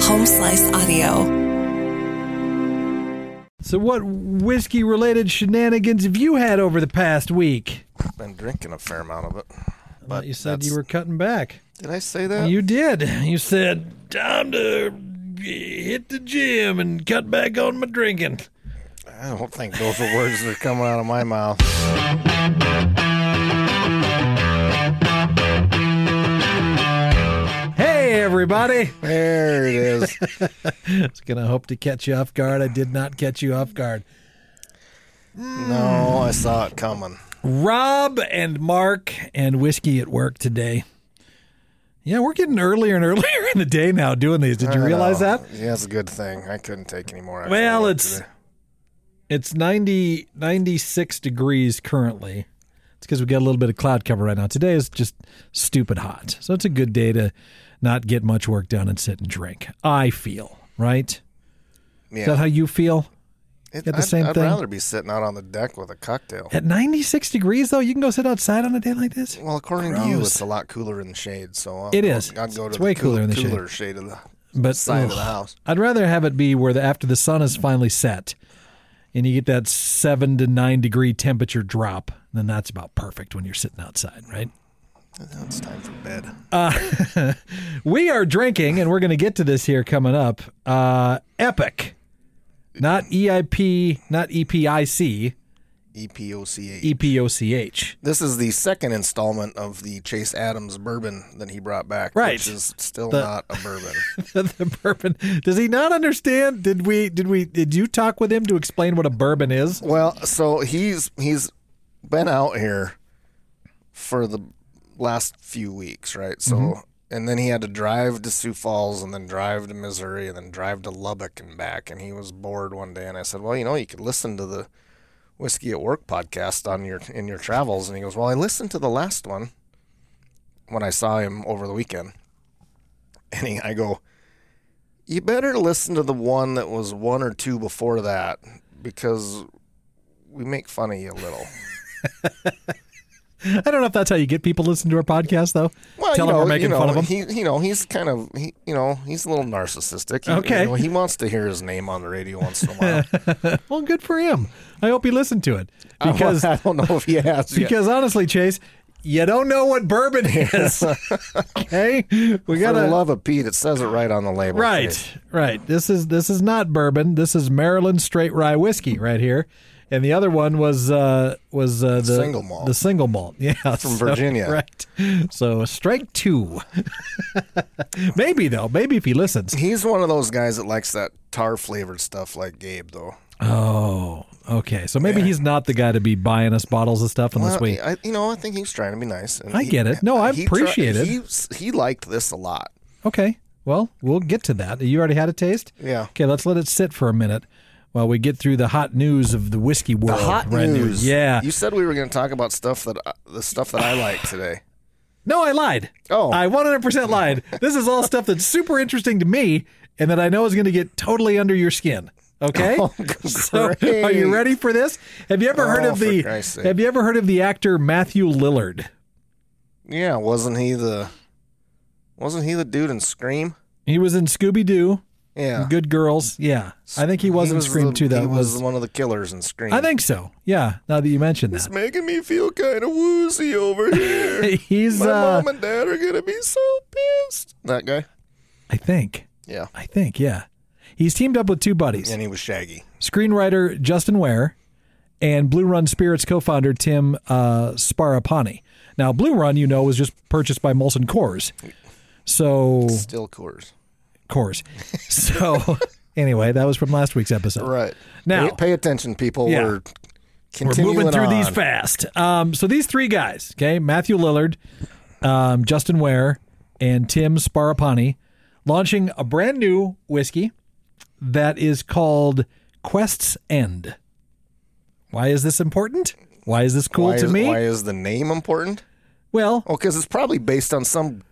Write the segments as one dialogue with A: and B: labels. A: home slice audio.
B: So, what whiskey related shenanigans have you had over the past week?
C: I've been drinking a fair amount of it.
B: But you said you
C: that's- Oh.
B: were cutting back.
C: Did I say that?
B: You did. You said, time to hit the gym and cut back on my drinking.
C: I don't think those are words that are coming out of my mouth.
B: Hey, everybody.
C: There it is.
B: I was going to hope to catch you off guard. I did not catch you off guard.
C: no, I saw it coming.
B: Rob and Mark and Whiskey at work today. Yeah, we're getting earlier and earlier in the day now doing these. Did you
C: I
B: realize
C: know.
B: that?
C: Yeah, it's a good thing. I couldn't take any more. actual
B: Well,
C: work
B: it's
C: today.
B: it's 90, 96 degrees currently. It's because we got a little bit of cloud cover right now. Today is just stupid hot. So it's a good day to not get much work done and sit and drink. I feel, right?
C: yeah.
B: Is that how you feel?
C: It-
B: got the
C: I'd,
B: same
C: I'd
B: thing?
C: rather be sitting out on the deck with a cocktail.
B: At 96 degrees, though, you can go sit outside on a day like this?
C: Well, according to you,
B: Gross.
C: it's a lot cooler in the shade. So I'll,
B: It is.
C: I'd go to
B: It's
C: the
B: way
C: cool-
B: cooler in the shade.
C: cooler shade. of the
B: but
C: side of the
B: ugh,
C: house.
B: I'd rather have it be where the, after the sun is finally set and you get that seven to nine degree temperature drop, then that's about perfect when you're sitting outside, right?
C: Now It's time for bed.
B: We are drinking, and we're going to get to this here coming up. Uh, epic, not EIP, not E EPIC,
C: E EPOCA.
B: E EPOCH.
C: This is the second installment of the Chase Adams bourbon that he brought back,
B: Right.
C: which is still
B: The-
C: not a bourbon.
B: the bourbon. Does he not understand? Did we? Did we? Did you talk with him to explain what a bourbon is?
C: well, so he's he's been out here for the last few weeks, right? So and then he had to drive to Sioux Falls and then drive to Missouri and then drive to Lubbock and back and he was bored one day and I said, "Well, you know, you could listen to the Whiskey at Work podcast on your in your travels." And he goes, "Well, I listened to the last one when I saw him over the weekend." And he, I go, You better listen to the one that was one or two before that because we make fun of you a little.
B: I don't know if that's how you get people to listen to our podcast, though. Tell them we're making
C: you know,
B: fun of them.
C: He, you know, he's kind of, he, you know, he's a little narcissistic. He,
B: Okay.
C: you know, he wants to hear his name on the radio once in a while.
B: well, good for him. I hope he listened to it because
C: I don't know if he has. yet.
B: because honestly, Chase, you don't know what bourbon is. okay, we
C: For
B: gotta
C: the love of Pete, it says it right on the label.
B: Right,
C: Chase.
B: right. This is this is not bourbon. This is Maryland straight rye whiskey right here, and the other one was uh, was uh, the
C: Single malt.
B: The single malt, yeah, from
C: Virginia.
B: right? So strike two. maybe though, maybe if he listens.
C: He's one of those guys that likes that tar flavored stuff like Gabe, though.
B: Oh, okay. So maybe he's not the guy to be buying us bottles of stuff unless
C: Well,
B: we.
C: I, you know, I think he's trying to be nice. and
B: I
C: he-
B: get it. No, I
C: he
B: appreciate it.
C: He, s- he liked this a lot.
B: Okay. Well, we'll get to that. You already had a taste.
C: Yeah.
B: Okay, let's let it sit for a minute while we get through the hot news of the whiskey world. right here. Yeah.
C: You said we were going to talk about stuff that I- the stuff that I like today.
B: No, I lied.
C: Oh.
B: I 100% lied. This is all stuff that's super interesting to me and that I know is going to get totally under your skin. Okay? so, are
C: Oh, great.
B: you ready for this? Have you ever heard
C: Oh,
B: of
C: for
B: the
C: Christ's sake.
B: Have you ever heard of the actor Matthew Lillard?
C: Yeah, wasn't he the wasn't he the dude in Scream?
B: He was in Scooby Doo,
C: Yeah,
B: Good Girls. Yeah. I think he was in Scream
C: the,
B: too though.
C: Uh. He was,
B: Was-
C: one of the killers in Scream.
B: I think so. Yeah, now that you mentioned
C: it's
B: that.
C: making me feel kind of woozy over here.
B: He's
C: My
B: uh
C: mom and dad are gonna be so pissed. That guy.
B: I think.
C: Yeah,
B: I think, yeah. He's teamed up with two buddies.
C: and he was Shaggy.
B: screenwriter Justin Ware and Blue Run Spirits co-founder Tim uh, Sparapani. Now, Blue Run, you know, was just purchased by Molson Coors. So
C: Still Coors.
B: Coors. So anyway, that was from last week's episode.
C: Right
B: Now-
C: Pay, pay attention, people.
B: Yeah.
C: We're
B: We're
C: continuing
B: moving through
C: on.
B: these fast. Um, so these three guys, okay, Matthew Lillard, um, Justin Ware, and Tim Sparapani, launching a brand new whiskey that is called Quest's End. Why is this important? Why is this cool
C: why
B: to
C: is,
B: me?
C: Why is the name important?
B: Well,
C: Oh, because it's probably based on some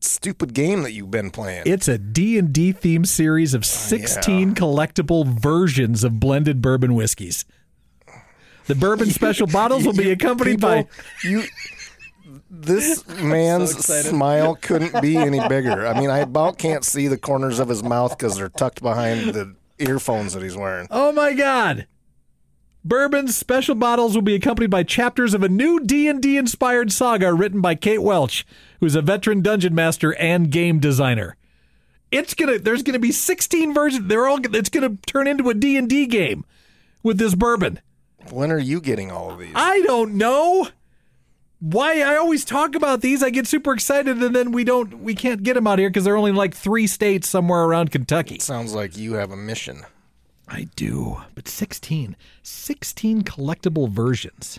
C: stupid game that you've been playing.
B: it's a D&D themed series
C: Oh,
B: of 16 collectible versions of blended bourbon whiskeys. The bourbon special bottles will be
C: You
B: accompanied
C: people-
B: by
C: you. this man's
A: excited.
C: smile couldn't be any bigger. I mean, I about can't see the corners of his mouth because they're tucked behind the earphones that he's wearing.
B: Oh my God! Bourbon's special bottles will be accompanied by chapters of a new D&D inspired saga written by Kate Welch, who's a veteran dungeon master and game designer. It's gonna. There's gonna be 16 versions. They're all. It's gonna turn into a D&D game with this bourbon.
C: When are you getting all of these?
B: I don't know why I always talk about these. I get super excited, and then we don't. We can't get them out here because they're only in, like three states somewhere around Kentucky.
C: Sounds like you have a mission.
B: I do, but 16. 16 collectible versions.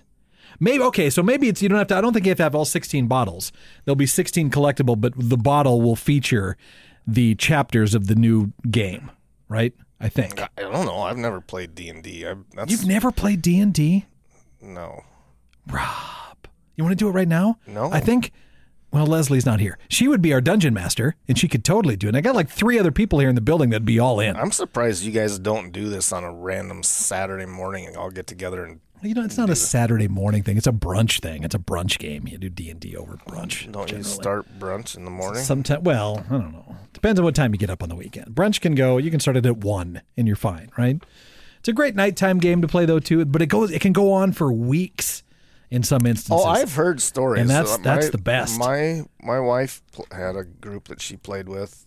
B: Maybe okay, so maybe it's you don't have to I don't think you have to have all 16 bottles. There'll be 16 collectible, but the bottle will feature the chapters of the new game, right? I think.
C: I don't know. I've never played D and D. That's
B: You've never played D&D?
C: no.
B: Rob. You want to do it right now?
C: No.
B: I think well, Leslie's not here. She would be our dungeon master and she could totally do it. And I got like 3 other people here in the building that'd be all in.
C: I'm surprised you guys don't do this on a random Saturday morning and all get together and
B: You know, it's not a Saturday morning thing. It's a brunch thing. It's a brunch game. You do D and D over brunch.
C: don't you start brunch in the morning?
B: Sometimes, well, I don't know. Depends on what time you get up on the weekend. Brunch can go. You can start it at one, and you're fine, right? It's a great nighttime game to play though too. But it goes. It can go on for weeks in some instances.
C: Oh, I've heard stories.
B: And that's-
C: Uh,
B: that's the best.
C: My my wife pl- had a group that she played with.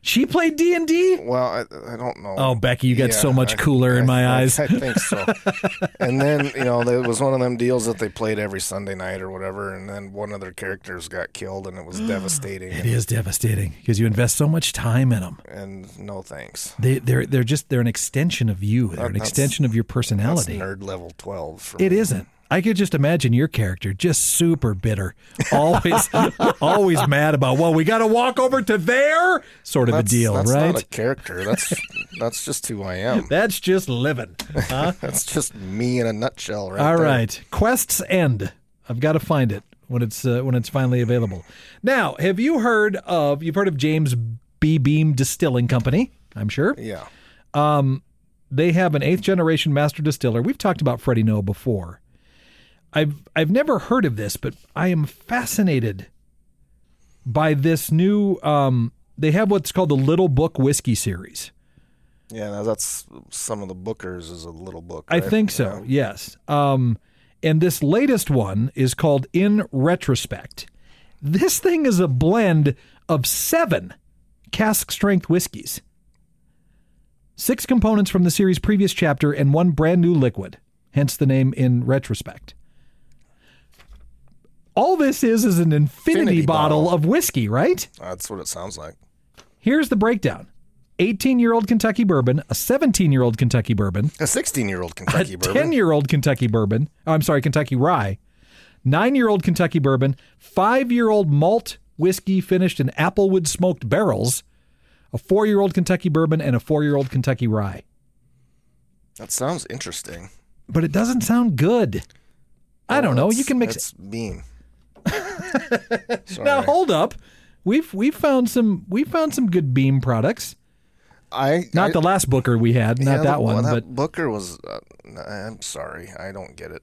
B: she played D and D.
C: Well, I, I don't know.
B: Oh, Becky, you got so much cooler in my
C: I-
B: eyes.
C: I think so. and then you know, there was one of them deals that they played every Sunday night or whatever, and then one of their characters got killed, and it was devastating.
B: It is devastating because you invest so much time in them.
C: And no thanks.
B: They, they're they're just they're an extension of you. They're an
C: that's-
B: extension of your
C: That's
B: personality.
C: nerd level twelve. For
B: It
C: me.
B: isn't. I could just imagine your character just super bitter, always, always mad about. Well, we got to walk over to there, sort of
C: That's,
B: a deal,
C: that's
B: right?
C: not a character. That's that's just who I am.
B: That's just living. Huh?
C: That's just me in a nutshell, right?
B: All
C: there.
B: right, quests end. I've got to find it when it's uh, when it's finally available. Now, have you heard of? You've heard of James B. Beam Distilling Company, I'm sure.
C: Yeah.
B: they have an eighth generation master distiller. We've talked about Freddie Noah before. I've I've never heard of this, but I am fascinated by this new. Um, they have what's called the Little Book Whiskey Series.
C: Yeah, now that's some of the bookers is a little book.
B: I
C: right?
B: think so. Yes. Um, and this latest one is called In Retrospect. This thing is a blend of seven cask strength whiskeys, six components from the series' previous chapter, and one brand new liquid. Hence the name In Retrospect. All this is is an infinity,
C: Infinity
B: bottle,
C: bottle.
B: of whiskey, right?
C: That's what it sounds like.
B: Here's the breakdown. 18 year old Kentucky bourbon, a 17 year old Kentucky bourbon,
C: A 16 year old Kentucky
B: a
C: bourbon.
B: 10 year old Kentucky bourbon. Oh, I'm sorry, Kentucky rye. Nine year old Kentucky bourbon. Five year old malt whiskey finished in applewood smoked barrels. A four year old Kentucky bourbon and a four year old Kentucky rye.
C: that sounds interesting.
B: But it doesn't sound good. I
C: Oh,
B: don't know. You can mix
C: It's beam.
B: Now hold up. We've we've found some we found some good beam products.
C: I
B: Not
C: I-
B: the last booker we had,
C: yeah,
B: not that
C: the-
B: one,
C: that
B: but
C: Booker was. Uh, n- I'm sorry, I don't get it.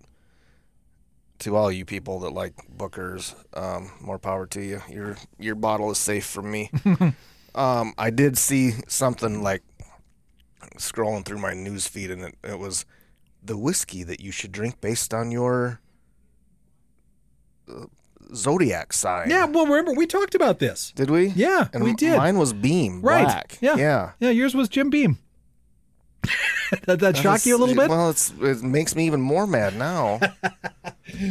C: To all you people that like Bookers, um, more power to you. Your your bottle is safe from me. um, I did see something like scrolling through my news feed, and it, it was the whiskey that you should drink based on your uh, zodiac sign.
B: yeah. Well, remember we talked about this.
C: Did we?
B: Yeah,
C: and
B: we
C: m-
B: did.
C: Mine was Beam,
B: Right.
C: black.
B: Yeah.
C: yeah.
B: Yeah, yours was Jim Beam. that that shock
C: It's-
B: you a little bit?
C: Well, it's it makes me even more mad now.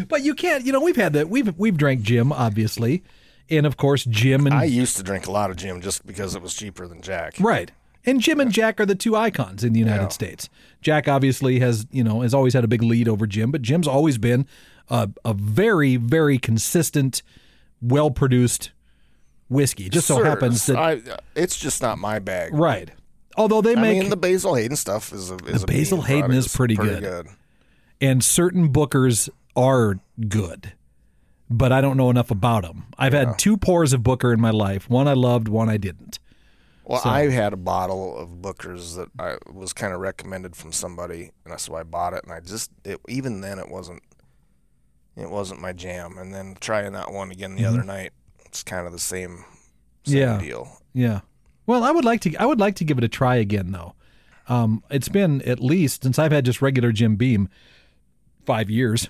B: But you can't. You know, we've had that. We've we've drank Jim, obviously, and of course Jim and
C: I used to drink a lot of Jim just because it was cheaper than Jack.
B: right. And Jim and Jack are the two icons in the United
C: Yeah.
B: States. Jack obviously has you know has always had a big lead over Jim, but Jim's always been a a very very consistent, well produced whiskey. Just so
C: Sir,
B: happens that
C: I, it's just not my bag.
B: right. Although they
C: I
B: make
C: mean, the Basil Hayden stuff is a is a
B: Basil
C: bean
B: Hayden
C: product.
B: is
C: It's
B: pretty good. and certain bookers are good, but I don't know enough about them. I've had two pours of Booker in my life. One I loved, one I didn't.
C: Well, I had a bottle of Booker's that I was kind of recommended from somebody, and so I bought it. And I just it, even then it wasn't it wasn't my jam. And then trying that one again the other night, it's kind of the same,
B: Mm-hmm.
C: same
B: Yeah.
C: deal.
B: Yeah. Well, I would like to. I would like to give it a try again, though. Um, it's been at least since I've had just regular Jim Beam, five years.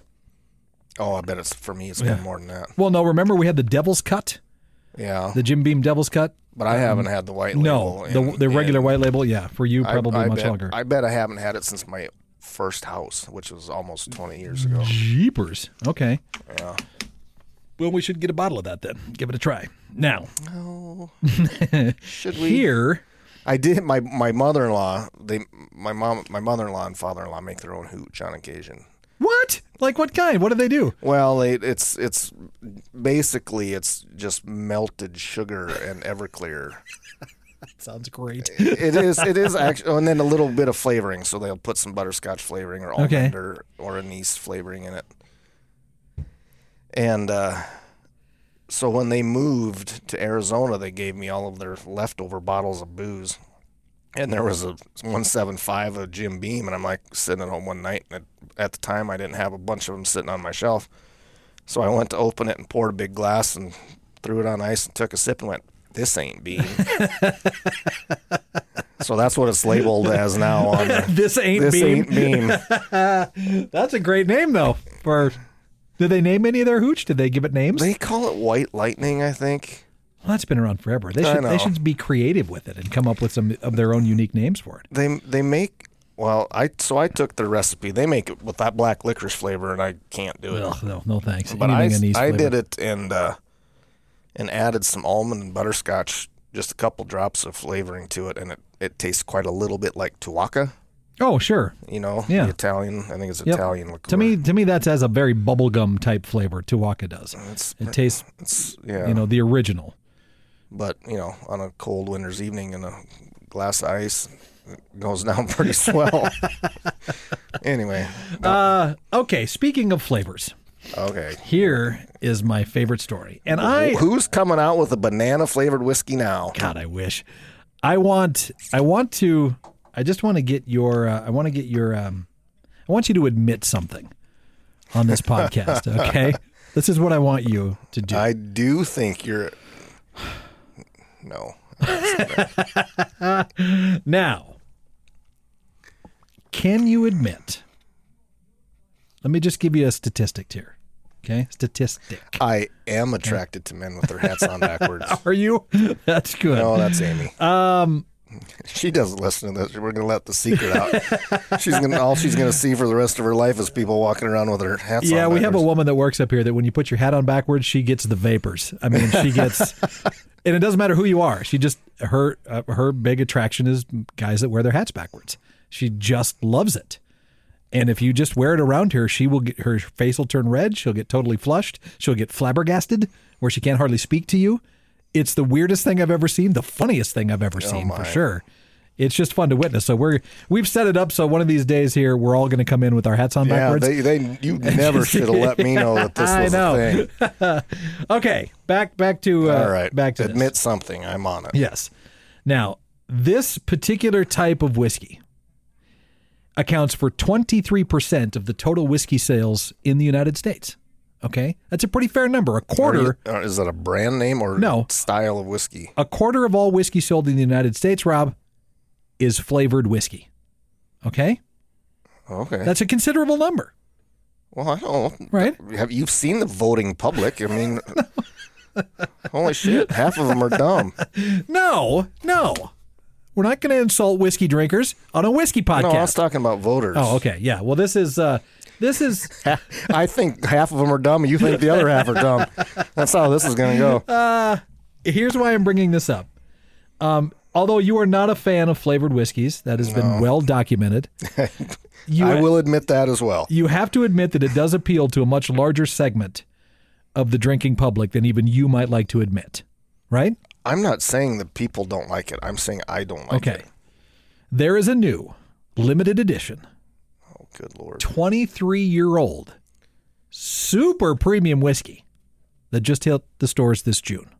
C: Oh, I bet it's for me. It's been more than that.
B: Well, no, remember we had the Devil's Cut,
C: Yeah,
B: the Jim Beam Devil's Cut.
C: but I haven't had the white
B: No,
C: label.
B: the
C: in-
B: the regular
C: in-
B: white label. Yeah, for you
C: I-
B: probably
C: I
B: much
C: bet,
B: longer.
C: I bet I haven't had it since my first house, which was almost 20 years ago.
B: Jeepers. Okay.
C: Yeah.
B: Well, we should get a bottle of that then. Give it a try. Now,
C: No. Should we?
B: here.
C: I did. My my mother in law. They my mom, my mother in law and father in law make their own hooch on occasion.
B: What? Like what kind? What do they do?
C: Well, they, it's it's basically it's just melted sugar and Everclear.
B: Sounds great.
C: it is it is actually, and then a little bit of flavoring. So they'll put some butterscotch flavoring or almond
B: Okay.
C: or, or anise flavoring in it. And uh, so when they moved to Arizona, they gave me all of their leftover bottles of booze. And there was a 175 of Jim Beam, and I'm like sitting at home one night, and at, at the time I didn't have a bunch of them sitting on my shelf. So I went to open it and poured a big glass and threw it on ice and took a sip and went, "This ain't bean." so that's what it's labeled as now. On the,
B: This ain't
C: this
B: Beam.
C: ain't bean.
B: That's a great name though. For did they name any of their hooch? Did they give it names?
C: They call it white lightning, I think.
B: Well, that's been around forever. They
C: I
B: should
C: know.
B: they should be creative with it and come up with some of their own unique names for it.
C: They they make well, I so I took their recipe. They make it with that black licorice flavor, and I can't do it.
B: Ugh, no, no thanks.
C: But I,
B: Anything anise
C: I
B: flavored.
C: did it and uh, and added some almond and butterscotch, just a couple drops of flavoring to it, and it, it tastes quite a little bit like tuaca.
B: Oh, sure.
C: You know,
B: Yeah.
C: the Italian. I think it's
B: Yep.
C: Italian liqueur.
B: To me, to me, that has a very bubblegum type flavor. Tuaca does.
C: it's,
B: It tastes,
C: it's yeah.
B: you know, the original.
C: but you know, on a cold winter's evening in a glass of ice, it goes down pretty swell. anyway,
B: Uh, okay. Speaking of flavors,
C: okay.
B: here is my favorite story, and
C: Oh,
B: I
C: Who's coming out with a banana flavored whiskey now?
B: God, I wish. I want. I want to. I just want to get your. Uh, I want to get your. Um, I want you to admit something on this podcast. Okay, this is what I want you to do.
C: I do think you're. No.
B: Now, can you admit? Let me just give you a statistic here. Okay, statistic.
C: I am attracted to men with their hats on backwards.
B: Are you? That's good.
C: No, that's Amy. Um, she doesn't listen to this. We're gonna let the secret out. she's gonna all she's gonna see for the rest of her life is people walking around with their hats.
B: Yeah,
C: on
B: we have a
C: backwards.
B: woman that works up here that when you put your hat on backwards, she gets the vapors. I mean, she gets, and it doesn't matter who you are. She just her uh, her big attraction is guys that wear their hats backwards. She just loves it. And if you just wear it around her, she will get her face will turn red. She'll get totally flushed. She'll get flabbergasted where she can't hardly speak to you. It's the weirdest thing I've ever seen. The funniest thing I've ever
C: Oh,
B: seen for sure. It's just fun to witness. So we're we've set it up so one of these days here we're all going to come in with our hats on
C: Yeah,
B: backwards.
C: they, they you never should have let me know that this
B: I
C: was
B: know.
C: a thing.
B: Okay, back back to uh,
C: All right,
B: back to this.
C: admit something. I'm on it.
B: Yes. Now, this particular type of whiskey accounts for 23% of the total whiskey sales in the United States. Okay? That's a pretty fair number. A
C: Are you-
B: quarter
C: uh, is that a brand name or
B: No.
C: style of whiskey?
B: a quarter of all whiskey sold in the United States, Rob, is flavored whiskey. Okay?
C: Okay.
B: That's a considerable number,
C: well, I don't. know.
B: right?
C: Have you seen the voting public? I mean, holy shit, half of them are dumb.
B: No. No. We're not going to insult whiskey drinkers on a whiskey
C: No, I was
B: podcast.
C: talking about voters.
B: oh, okay. Yeah. Well, this is uh this is
C: Ha- I think half of them are dumb. and You think the other half are dumb. That's how this is going to go.
B: here's why I'm bringing this up. Um, although you are not a fan of flavored whiskeys, that has been well documented. you
C: I will admit that as well.
B: you have to admit that it does appeal to a much larger segment of the drinking public than even you might like to admit, right?
C: I'm not saying that people don't like it. I'm saying I don't like
B: Okay.
C: it.
B: There is a new limited edition
C: Oh, good lord.
B: 23 year old super premium whiskey that just hit the stores this June.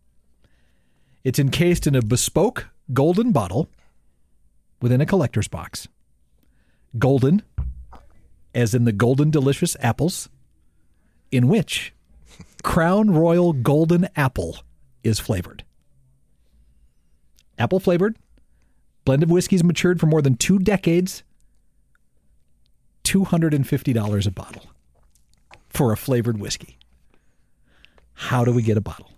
B: It's encased in a bespoke golden bottle within a collector's box. Golden, as in the golden delicious apples, in which Crown Royal Golden Apple is flavored. Apple flavored. Blend of whiskeys matured for more than two decades. $250 a bottle for a flavored whiskey. How do we get a bottle?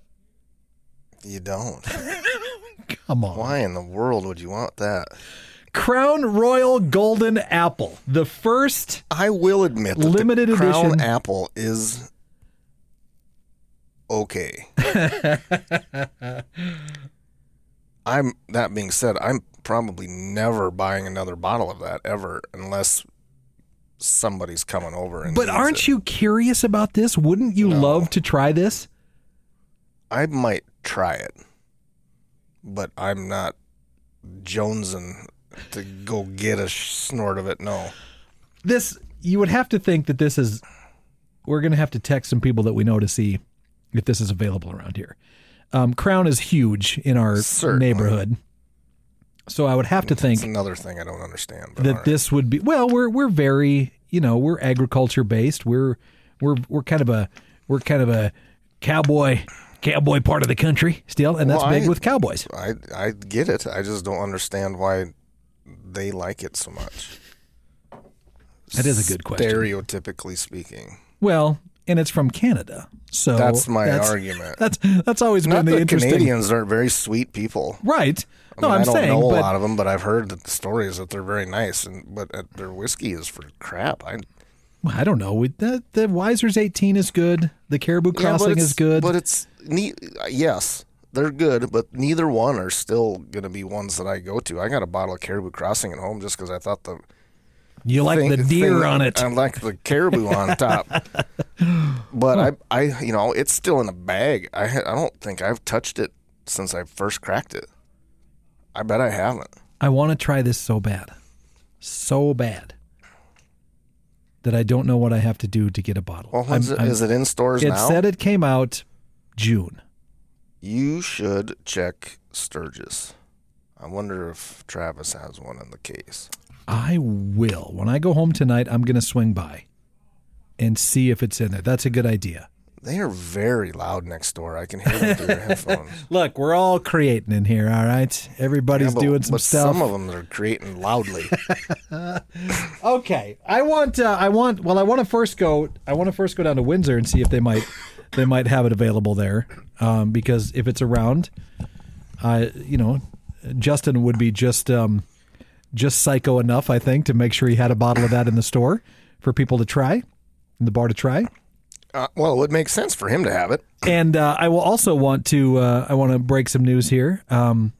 C: You don't.
B: Come on.
C: Why in the world would you want that?
B: Crown Royal Golden Apple, the first
C: I will admit that
B: Limited
C: the Crown
B: edition.
C: Apple is okay. I'm that being said, I'm probably never buying another bottle of that ever unless somebody's coming over and
B: But
C: needs
B: aren't
C: it.
B: you curious about this? Wouldn't you
C: No.
B: love to try this?
C: I might try it. But I'm not jonesing to go get a sh- snort of it. No.
B: This you would have to think that this is we're going to have to text some people that we know to see if this is available around here. Um, Crown is huge in our
C: Certainly.
B: neighborhood. So I would have to think
C: It's another thing I don't understand. But all
B: that
C: right.
B: this would be well we're we're very you know we're agriculture based we're we're we're kind of a we're kind of a cowboy cowboy part of the country still and that's
C: Well,
B: big
C: I-
B: with cowboys
C: I I get it. I just don't understand why they like it so much.
B: that is a good question
C: Stereotypically speaking,
B: well and it's from canada so
C: that's my
B: that's,
C: argument.
B: that's that's always
C: Not
B: been the
C: that
B: interesting
C: Canadians aren't very sweet people.
B: right
C: I
B: no
C: mean, I
B: i'm
C: don't
B: saying
C: know a
B: but
C: lot of them, but I've heard that the story is that they're very nice, and but uh, their whiskey is for crap. I
B: well, i don't know We- the, the wiser's 18 is good the caribou
C: Yeah, but
B: crossing
C: it's-
B: is good
C: But it's ne- yes, they're good, but neither one are still going to be ones that I go to. I got a bottle of Caribou Crossing at home just because I thought the
B: you like
C: thing-
B: the deer
C: thing-
B: on it
C: I like the caribou on top. But I, I, you know, it's still in a bag. I, ha- I don't think I've touched it since I first cracked it. I bet I haven't.
B: I want to try this so bad, so bad that I don't know what I have to do to get a bottle.
C: Well, when's
B: I'm-
C: it,
B: I'm-
C: is it in stores
B: it
C: now?
B: said it came out June.
C: you should check Sturgis. I wonder if Travis has one in the case.
B: I will. When I go home tonight, I'm going to swing by and see if it's in there. That's a good idea.
C: They are very loud next door. I can hear them through your headphones.
B: Look, we're all creating in here, all right? Everybody's
C: Yeah, but-
B: doing some
C: but
B: stuff.
C: Some of them are creating loudly.
B: okay. I want uh, I want well I want to first go I want to first go down to Windsor and see if they might they might have it available there um, because if it's around I you know Justin would be just um, just psycho enough I think to make sure he had a bottle of that in the store for people to try in the bar to try
C: uh, well, it would make sense for him to have it.
B: and uh, I will also want to uh, I want to break some news here um,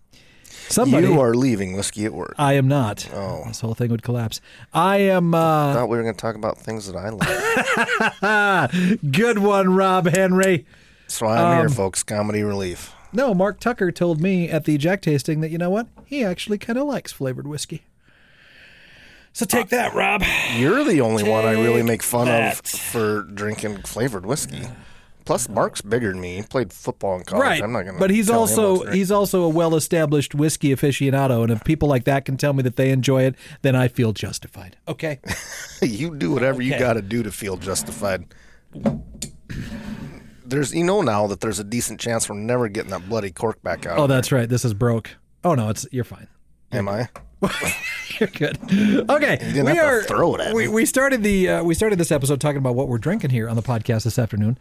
B: somebody
C: You are leaving whiskey at work.
B: I am not
C: Oh.
B: this whole thing would collapse I am uh,
C: thought we were going to talk about things that I like.
B: good one Rob Henry.
C: So I'm
B: Um,
C: here, folks. Comedy relief.
B: No, Mark Tucker told me at the Jack tasting that you know what? He actually kind of likes flavored whiskey. So take that, Rob.
C: You're the only one I really
B: Take
C: make fun
B: that.
C: of for drinking flavored whiskey. Plus, Mark's bigger than me. He played football in college.
B: Right,
C: Oh, I'm not going to.
B: but he's also he's also a well-established whiskey aficionado, and if people like that can tell me that they enjoy it, then I feel justified. Okay,
C: you do whatever you
B: Okay.
C: got to do to feel justified. There's you know now that there's a decent chance we're never getting that bloody cork back out.
B: oh that's right, this is broke. Oh no, it's you're fine.
C: Am I?
B: You're good. Okay,
C: didn't
B: we
C: have to
B: are.
C: throw it at
B: we,
C: me.
B: we started the uh, we started this episode talking about what we're drinking here on the podcast this afternoon,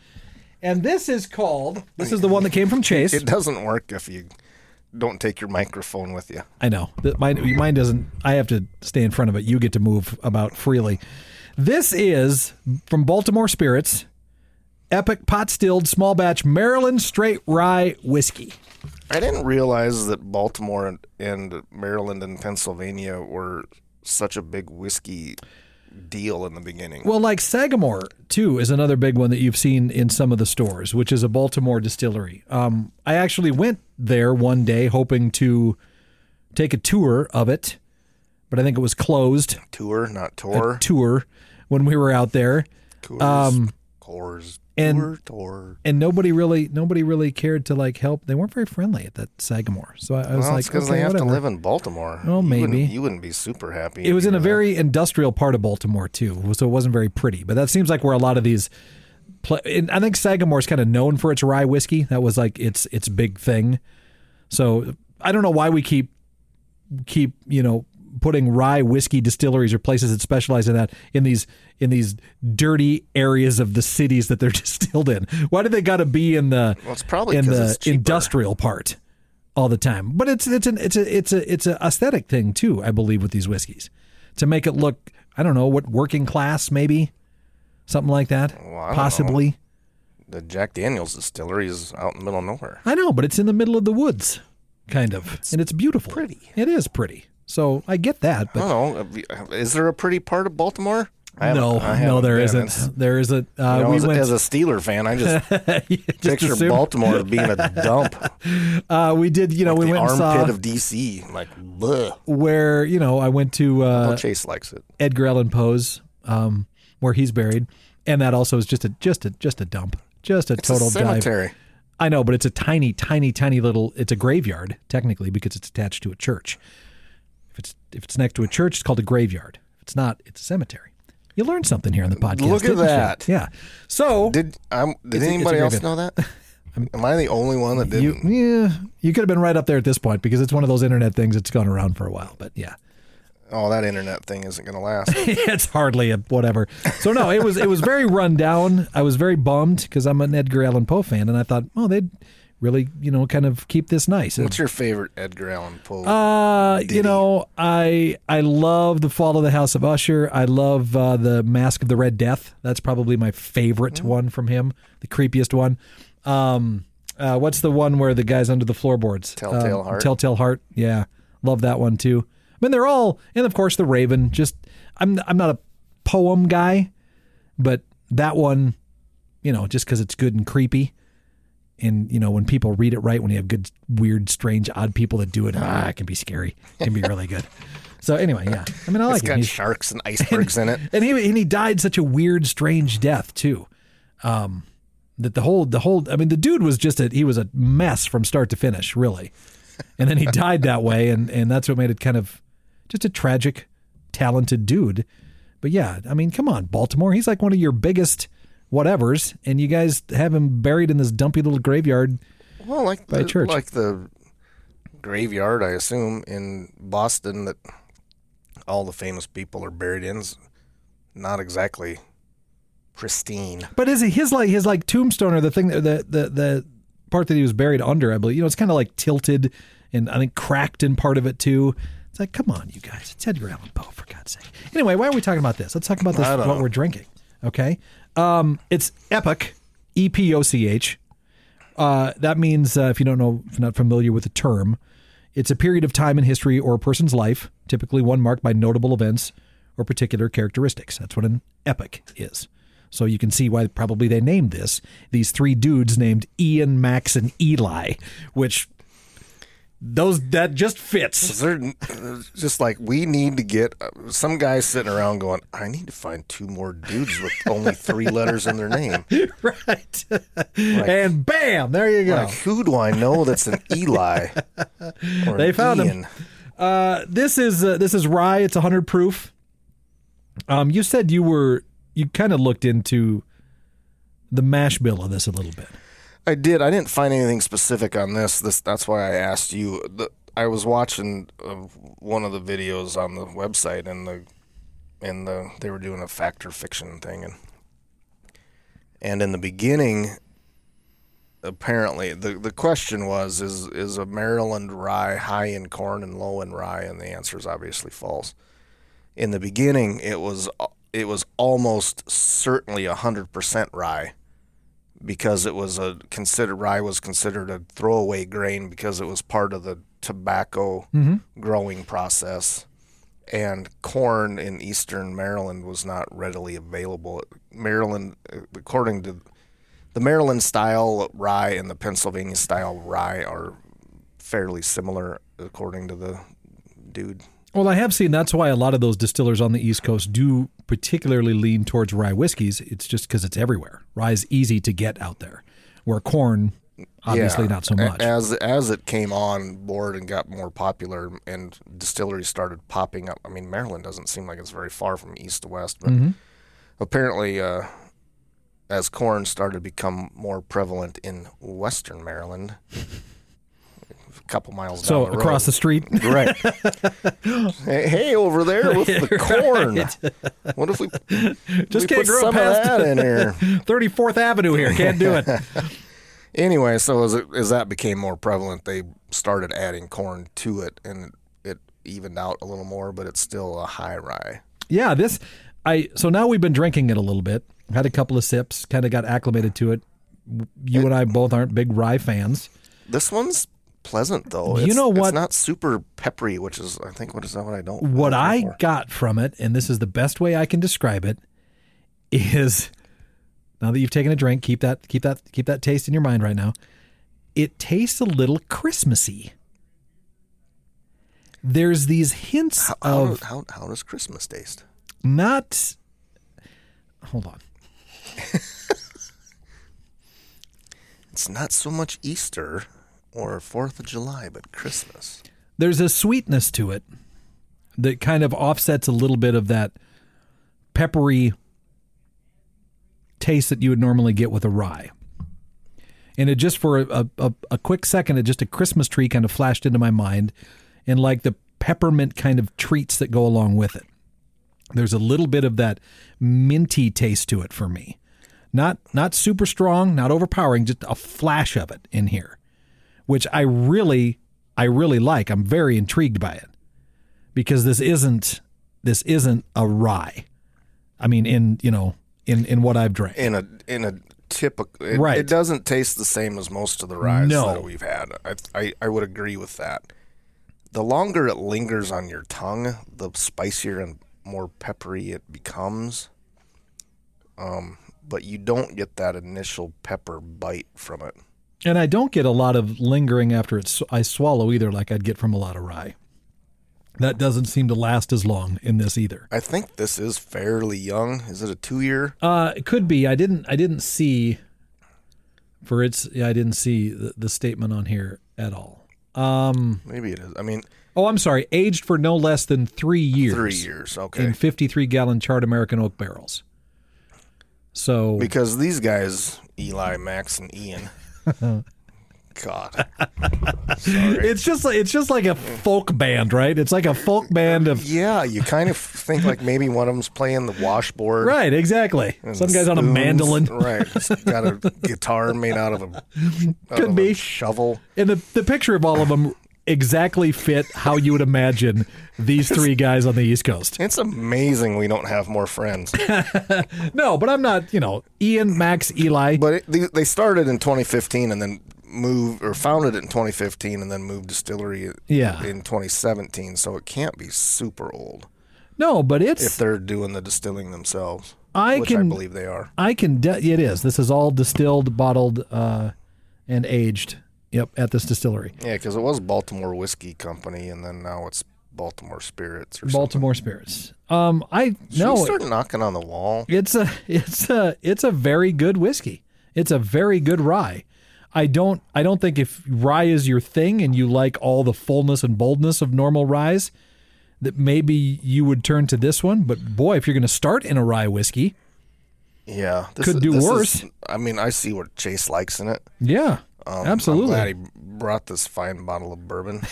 B: and this is called. This is the one that came from Chase.
C: It doesn't work if you don't take your microphone with you.
B: I know that mine mine doesn't. I have to stay in front of it. You get to move about freely. This is from Baltimore Spirits, epic pot stilled small batch Maryland straight rye whiskey.
C: I didn't realize that Baltimore and, and Maryland and Pennsylvania were such a big whiskey deal in the beginning.
B: Well, like Sagamore too is another big one that you've seen in some of the stores, which is a Baltimore distillery. Um, I actually went there one day hoping to take a tour of it, but I think it was closed.
C: Tour, not tour.
B: Tour when we were out there.
C: Coors. Coors.
B: um, and-
C: tour, tour.
B: and nobody really nobody really cared to like help. They weren't very friendly at that Sagamore. So I, I was
C: Well,
B: like,
C: because
B: okay,
C: they have
B: whatever.
C: to live in Baltimore.
B: Well,
C: You wouldn't-
B: maybe.
C: you wouldn't be super happy.
B: It
C: if
B: was
C: you
B: in a
C: were
B: very industrial part of Baltimore too, so it wasn't very pretty. But that seems like where a lot of these Pla and I think Sagamore's kind of known for its rye whiskey. That was like its its big thing. So I don't know why we keep keep you know putting rye whiskey distilleries or places that specialize in that in these in these dirty areas of the cities that they're distilled in. Why do they got to be in the
C: Well, it's probably
B: in
C: 'cause
B: the
C: it's cheaper.
B: industrial part all the time? But it's it's an it's a it's a it's a aesthetic thing too. I believe with these whiskeys to make it look I don't know what working class maybe something like that
C: I don't know.
B: possibly.
C: The Jack Daniels distillery is out in the middle of nowhere.
B: I know, but it's in the middle of the woods, kind of, and it's beautiful.
C: pretty.
B: It is pretty. So I get that,
C: I
B: but
C: don't know. Is there a pretty part of Baltimore? I haven't-
B: no,
C: I
B: no,
C: haven't
B: there
C: been. It's-
B: isn't. There isn't. Uh,
C: you know,
B: we
C: as,
B: went.
C: as a Steeler fan, I just
B: just
C: picture
B: assume-
C: Baltimore as being a dump,
B: Uh, we did. You know, we
C: the
B: went and saw
C: armpit
B: Uh,
C: of DC. Like, bleh.
B: where you know I went to
C: Well,
B: uh,
C: Chase likes it.
B: Edgar Allan Poe's, um, where he's buried, and that also is just a just a just a dump, just a total
C: it's a
B: dive.
C: cemetery.
B: I know, but it's a tiny, tiny, tiny little. It's a graveyard technically because it's attached to a church. If it's if it's next to a church, it's called a graveyard. If it's not, it's a cemetery. You learned something here on the podcast.
C: Look at
B: didn't you?
C: that.
B: Yeah. So
C: Did um, did
B: a- it's a
C: anybody else
B: graveyard.
C: know that? Am I the only one that
B: you
C: didn't?
B: yeah, you could have been right up there at this point because it's one of those internet things that's gone around for a while. But yeah,
C: oh, that internet thing isn't going to last.
B: it's hardly a whatever. So no, it was it was very run down. I was very bummed because I'm an Edgar Allan Poe fan, and I thought, oh, they'd really you know kind of keep this nice.
C: What's your favorite Edgar Allan Poe?
B: Uh, you know, I I love the Fall of the House of Usher. I love uh, the Mask of the Red Death. That's probably my favorite
C: Mm.
B: one from him, the creepiest one. Um, uh, what's the one where the guy's under the floorboards?
C: Telltale
B: Um,
C: Heart.
B: Telltale Heart. Yeah, love that one too. I mean, they're all, and of course, the Raven. Just I'm I'm not a poem guy, but that one, you know, just because it's good and creepy and you know when people read it right when you have good weird strange odd people that do it ah, it can be scary it can be really good so anyway yeah i mean i like
C: it's
B: him
C: got
B: He's-
C: sharks and icebergs in it.
B: and he and he died such a weird strange death too um that the whole the whole i mean the dude was just a he was a mess from start to finish really and then he died that way and and that's what made it kind of just a tragic talented dude but yeah i mean come on baltimore he's like one of your biggest whatevers and you guys have him buried in this dumpy little graveyard
C: Well, like
B: By
C: the,
B: church.
C: like the graveyard, I assume in Boston that all the famous people are buried in. is Not exactly pristine.
B: But is it his like his like tombstone or the thing that the the the part that he was buried under? I believe you know it's kind of like tilted and I think cracked in part of it too. It's like come on, you guys, it's Edgar Allan Poe for God's sake. Anyway, why are we talking about this? Let's talk about this
C: I don't
B: what
C: know.
B: we're drinking. Okay, um, it's Epic, E P O C H. Uh, that means uh, if you don't know, if you're not familiar with the term, it's a period of time in history or a person's life, typically one marked by notable events or particular characteristics. That's what an epic is. So you can see why probably they named this these three dudes named Ian, Max, and Eli, which those that just fits.
C: Is there uh, just like we need to get uh, some guy sitting around going, I need to find two more dudes with only three letters in their name.
B: right. and bam, there you go.
C: Like, who do I know that's an Eli? Or
B: They found him.
C: Ian?
B: Uh, this is uh, this is rye. It's 100 proof. Um, you said you were you kind of looked into the mash bill of this a little bit.
C: I did. I didn't find anything specific on this. This that's why I asked you. The, I was watching uh, one of the videos on the website, and the and the they were doing a fact or fiction thing, and and in the beginning, apparently the the question was is is a Maryland rye high in corn and low in rye, and the answer is obviously false. In the beginning, it was it was almost certainly hundred percent rye because it was a considered rye was considered a throwaway grain because it was part of the tobacco growing process and corn in eastern Maryland was not readily available Maryland uh, according to the Maryland style rye and the Pennsylvania style rye are fairly similar according to the dude
B: Well, I have seen that's why a lot of those distillers on the East Coast do particularly lean towards rye whiskeys. It's just because it's everywhere. Rye is easy to get out there, where corn, obviously
C: Yeah.
B: not so
C: A-
B: much.
C: As as it came on board and got more popular, and distilleries started popping up. I mean,
B: Mm-hmm.
C: Maryland doesn't seem like it's very far from east to west, but apparently, uh, as corn started to become more prevalent in western Maryland, a couple miles
B: So
C: down the
B: across the
C: road.
B: street,
C: Right. hey, hey, over there with the corn. What if we
B: Just
C: we
B: can't
C: put
B: grow
C: some
B: past-
C: of that in here?
B: 34th Avenue here. Can't do it.
C: Anyway, so as, it, as that became more prevalent, they started adding corn to it, and it evened out a little more, but it's still a high rye.
B: Yeah, this I so now we've been drinking it a little bit. Had a couple of sips, kind of got acclimated to it. You and I both aren't big rye fans.
C: This one's pleasant though. It's,
B: know what-
C: It's not super peppery, which is I think what is that what I don't.
B: What
C: I'm
B: I
C: looking for.
B: got from it, and this is the best way I can describe it, is now that you've taken a drink, keep that keep that keep that taste in your mind right now. It tastes a little Christmassy. There's these hints
C: how,
B: of
C: how how does Christmas taste?
B: not hold on.
C: It's not so much Easter or Fourth of July, but Christmas.
B: there's a sweetness to it that kind of offsets a little bit of that peppery taste that you would normally get with a rye. And it just for a, a, a quick second, it just a Christmas tree kind of flashed into my mind and like the peppermint kind of treats that go along with it. There's a little bit of that minty taste to it for me. Not not super strong, not overpowering, just a flash of it in here which I really I really like. I'm very intrigued by it because this isn't this isn't a rye. I mean in, you know, in in what I've drank.
C: In a in a typical it,
B: Right.
C: It doesn't taste the same as most of the ryes
B: No.
C: that we've had. I, I I would agree with that. The longer it lingers on your tongue, the spicier and more peppery it becomes. Um, but you don't get that initial pepper bite from it.
B: And I don't get a lot of lingering after it's I swallow either like I'd get from a lot of rye. That doesn't seem to last as long in this either.
C: I think this is fairly young. Is it a two year?
B: Uh it could be. I didn't I didn't see for its yeah, I didn't see the, the statement on here at all. Um
C: Maybe it is. I mean,
B: oh I'm sorry, aged for no less than 3 years.
C: three years. Okay.
B: in 53 gallon charred American oak barrels. So
C: Because these guys, Eli, Max, and Ian. God. Sorry.
B: it's just like it's just like a folk band, right? It's like a folk band of
C: yeah, you kind of think like maybe one of them's playing the washboard.
B: right, exactly.
C: and
B: Some
C: the
B: guys on a
C: spoons.
B: mandolin,
C: Right. It's got a guitar made out of a, out
B: Could
C: of a
B: be.
C: shovel.
B: and the the picture of all of them exactly fit how you would imagine these three guys on the East Coast.
C: It's amazing we don't have more friends.
B: No, but I'm not. You know, Ian, Max, Eli.
C: But it, they, they started in 2015 and then moved or founded it in 2015 and then moved distillery
B: Yeah.
C: in 2017. So it can't be super old
B: No, but
C: if
B: it's
C: they're doing the distilling themselves,
B: I
C: which I
B: can-
C: believe they are.
B: I can. De- it is. This is all distilled, bottled, uh, and aged. Yep, at this distillery.
C: Yeah, because it was Baltimore Whiskey Company, and then now it's Baltimore Spirits. Or something.
B: Baltimore spirits. Um, I
C: Should
B: no,
C: we start knocking on the wall.
B: it's a it's a it's a very good whiskey. It's a very good rye. I don't I don't think if rye is your thing and you like all the fullness and boldness of normal ryes, that maybe you would turn to this one. But boy, if you're going to start in a rye whiskey,
C: Yeah, this
B: Could
C: is-
B: do
C: this is-
B: worse.
C: I mean, I see what Chase likes in it.
B: yeah,
C: Um,
B: absolutely.
C: I'm glad he brought this fine bottle of bourbon.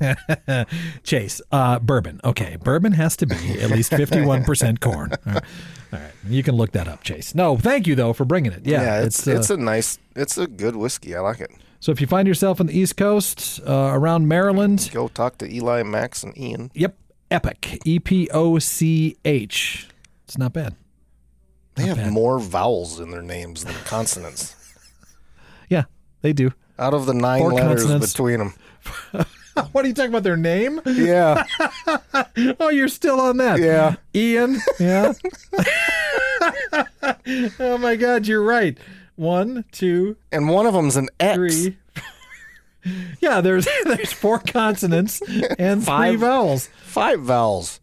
B: Chase, uh, bourbon. Okay, bourbon has to be at least fifty-one percent corn. All right. All right, you can look that up, Chase. No, thank you though for bringing it. Yeah,
C: Yeah, it's it's,
B: uh,
C: a nice, it's a good whiskey. I like it.
B: So if you find yourself on the East Coast, uh, around Maryland,
C: Go talk to Eli, Max, and Ian.
B: yep, Epic, E P O C H. It's not bad.
C: They have more vowels in their names than consonants.
B: Yeah, they do.
C: Out of the nine
B: Four
C: letters
B: consonants.
C: between them.
B: Ah, What are you talking about? Their name?
C: Yeah,
B: Oh, you're still on that.
C: yeah.
B: Ian. Yeah. oh my God, you're right. One, two,
C: And one of them's an X.
B: three. yeah, there's there's four consonants and three
C: Five.
B: vowels.
C: Five vowels.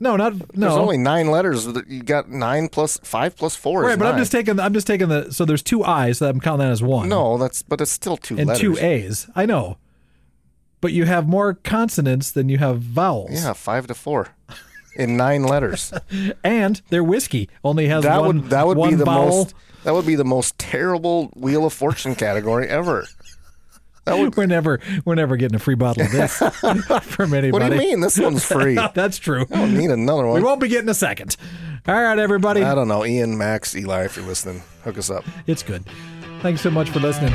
B: No, not no.
C: There's only nine letters. You got nine plus five plus four.
B: right,
C: is
B: but I'm
C: nine.
B: just taking I'm just taking the so there's two I's, so I'm counting that as one.
C: No, that's but it's still two
B: and
C: letters.
B: two A's. I know. But you have more consonants than you have vowels.
C: Yeah, five to four. in nine letters.
B: and their whiskey only has
C: That
B: one.
C: would that would
B: one
C: be the
B: bottle.
C: most that would be the most terrible Wheel of Fortune category ever.
B: We're never we're never getting a free bottle of this from anybody.
C: What do you mean? This one's free. Oh, I
B: That's true.
C: don't need another
B: We
C: one.
B: won't be getting a second. All right, everybody.
C: I don't know. Ian, Max, Eli, if you're listening, hook us up.
B: It's good. Thanks so much for listening.